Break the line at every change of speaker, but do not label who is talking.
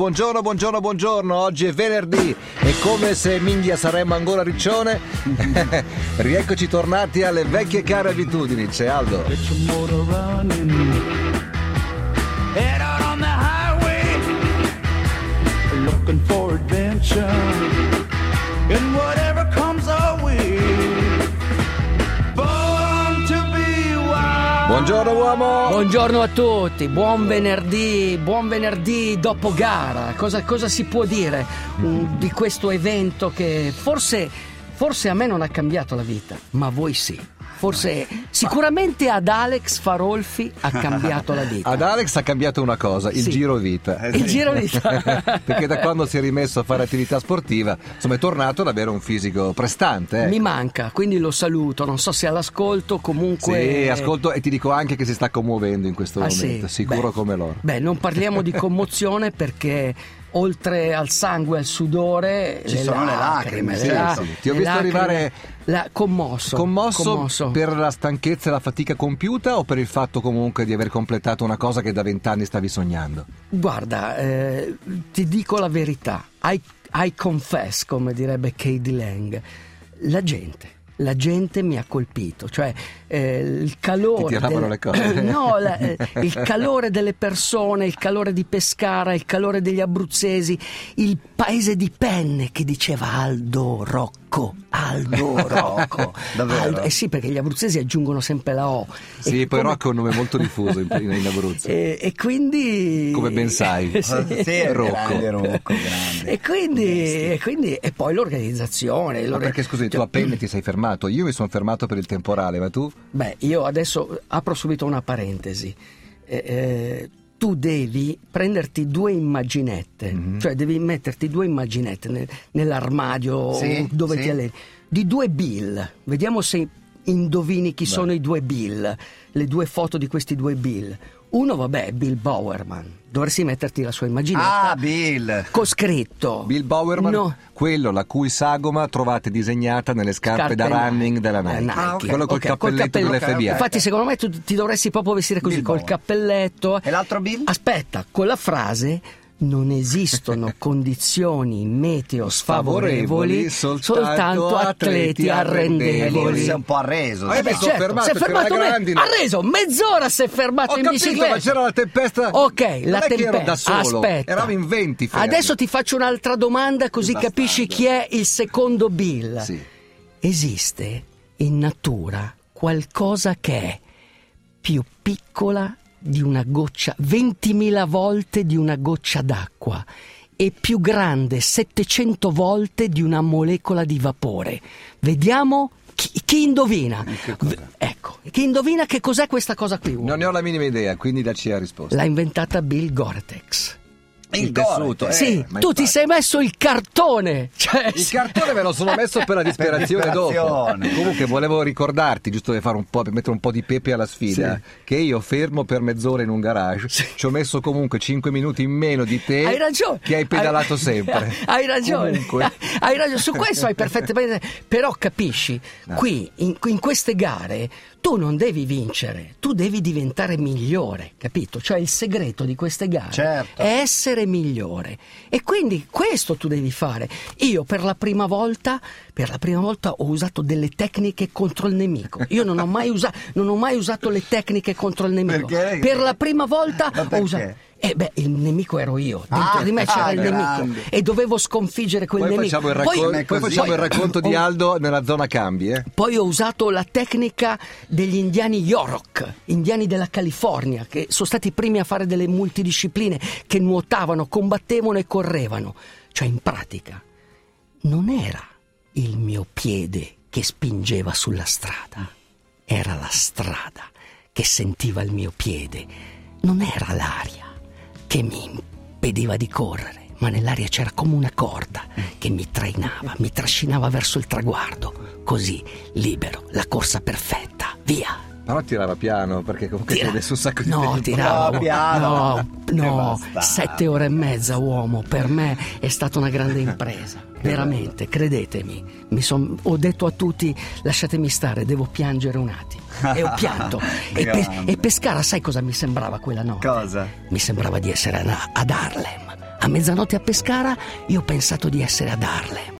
Buongiorno, buongiorno, buongiorno, oggi è venerdì e come se minghia saremmo ancora riccione, rieccoci tornati alle vecchie care abitudini, c'è Aldo.
Get your motor running. Head out on the highway. Looking for adventure. And whatever comes our way. Born to be wild.
Buongiorno uomo!
Buongiorno a tutti, buon venerdì, buon venerdì dopo gara. Cosa, cosa si può dire mm, di questo evento che forse, forse a me non ha cambiato la vita, ma a voi sì. Forse sicuramente ad Alex Farolfi ha cambiato la vita.
Ad Alex ha cambiato una cosa, il
Sì.
giro vita.
Il giro vita.
Perché da quando si è rimesso a fare attività sportiva, insomma è tornato ad avere un fisico prestante. eh.
Mi manca, quindi lo saluto, non so se all'ascolto, comunque
Sì, ascolto e ti dico anche che si sta commuovendo in questo
Ah, sì?
momento, sicuro
Beh.
come loro.
Beh, non parliamo di commozione perché oltre al sangue e al sudore
Ci sono le lacrime,
le
sì,
la-
sì. Ti ho
le
visto
lacrime-
arrivare-
la- commosso,
Commosso, per la stanchezza e la fatica compiuta o per il fatto comunque di aver completato una cosa che da vent'anni stavi sognando?
Guarda, eh, ti dico la verità, I, I confess, come direbbe Katie Lang, la gente, la gente mi ha colpito, cioè eh, il calore...
Ti tiravano
del-
le cose.
no, la- eh, il calore delle persone, il calore di Pescara, il calore degli abruzzesi, il paese di penne che diceva Aldo Rocco, Aldo Rocco.
Davvero?
Aldo- eh sì, perché gli abruzzesi aggiungono sempre la O.
Sì,
E
poi
come-
Rocco è un nome molto diffuso in, in- in Abruzzo.
E, e quindi...
Come ben sai. Ah,
Sì.
Sì, è
Rocco.
grande Rocco, grande.
E quindi, e quindi- e poi l'organizzazione.
Ma
l'orga-
perché scusi, tu
cioè,
a Penne ti sei fermato, io mi sono fermato per il temporale, ma tu?
Beh, io adesso apro subito una parentesi. Eh, eh, tu devi prenderti due immaginette, cioè devi metterti due immaginette nel- nell'armadio
Sì,
dove
sì.
ti alleni, di due Bill. Vediamo se indovini chi sono i due Bill, le due foto di questi due Bill. Uno, vabbè, è Bill Bowerman. Dovresti metterti la sua immaginetta
Ah, Bill.
con scritto
Bill Bowerman,
No.
quello la cui sagoma trovate disegnata nelle scarpe, da
Nike.
running della Nike.
Ah, ok.
Quello col
Ok,
cappelletto
cappello-
dell'FBI.
Infatti, secondo me tu ti dovresti proprio vestire così,
Bill
col
Bowen.
cappelletto.
E l'altro Bill?
Aspetta, con la frase. Non esistono condizioni meteo
Favorevoli,
sfavorevoli,
soltanto atleti
atleti
E lì
arrendevoli.
arrendevoli.
si è un po' arreso.
Eh,
Eh beh,
Mi sono fermato,
si è
c'era
fermato
la
me-
grandina.
ha reso mezz'ora si è fermato
Ho
in
capito,
bicicletta.
ma c'era la tempesta.
Ok,
Non
la
è che ero
tempesta.
da solo,
Aspetta.
eravamo in 20 fermi.
Adesso ti faccio un'altra domanda così
Bastardo.
capisci chi è il secondo Bill.
Sì.
Esiste in natura qualcosa che è più piccola di una goccia, 20.000 volte di una goccia d'acqua e più grande 700 volte di una molecola di vapore. Vediamo chi, chi indovina. V- ecco, chi indovina che cos'è questa cosa qui? uomo?
Non ne ho la minima idea, quindi da ci ha risposto.
L'ha inventata Bill Gore-Tex.
il
tessuto,
tessuto.
eh.
sì,
ma
tu ti
infatti.
sei messo il cartone. Cioè,
Il
sì.
cartone me lo sono messo per la disperazione dopo.
disperazione.
Comunque volevo ricordarti, giusto per, fare un po', per mettere un po' di pepe alla sfida, che io fermo per mezz'ora in un garage, ci ho messo comunque 5 minuti in meno di te
hai ragione.
che hai pedalato
Hai-
sempre.
Hai ragione.
Comunque.
Hai ragione. Su questo hai perfettamente. Però capisci,
No.
qui in, in queste gare tu non devi vincere, tu devi diventare migliore, capito? Cioè il segreto di queste gare
Certo.
è essere migliore. E quindi questo tu devi fare. Io per la prima volta, per la prima volta ho usato delle tecniche contro il nemico. Io non ho mai, usa- non ho mai usato le tecniche contro il nemico.
Perché?
Per la prima volta
Ma
ho
perché?
usato eh beh, il nemico ero io, dentro
Ah,
di me c'era
ah,
il
grande.
nemico e dovevo sconfiggere quel
Poi
nemico.
facciamo il, raccon-
poi,
poi
così.
facciamo il racconto di
ho-
Aldo nella zona cambi. Eh?
poi ho usato la tecnica degli indiani Yorok, indiani della California, che sono stati i primi a fare delle multidiscipline, che nuotavano, combattevano e correvano. Cioè, in pratica, non era il mio piede che spingeva sulla strada, era la strada che sentiva il mio piede, non era l'aria che mi impediva di correre, ma nell'aria c'era come una corda che mi trainava, mi trascinava verso il traguardo, così libero, la corsa perfetta, via.
Però tirava piano perché comunque ci
Tira-
ho messo un sacco di tempo.
no, tiravo.
No, piano.
No, no,
Che bastardo.
sette ore e mezza, uomo, per me è stata una grande impresa. Veramente, credetemi. Mi son- ho detto a tutti: lasciatemi stare, devo piangere un attimo. E ho pianto. e, pe-
Grande.
e Pescara, sai cosa mi sembrava quella notte?
Cosa?
Mi sembrava di essere a- ad Harlem. A mezzanotte a Pescara io ho pensato di essere ad Arle.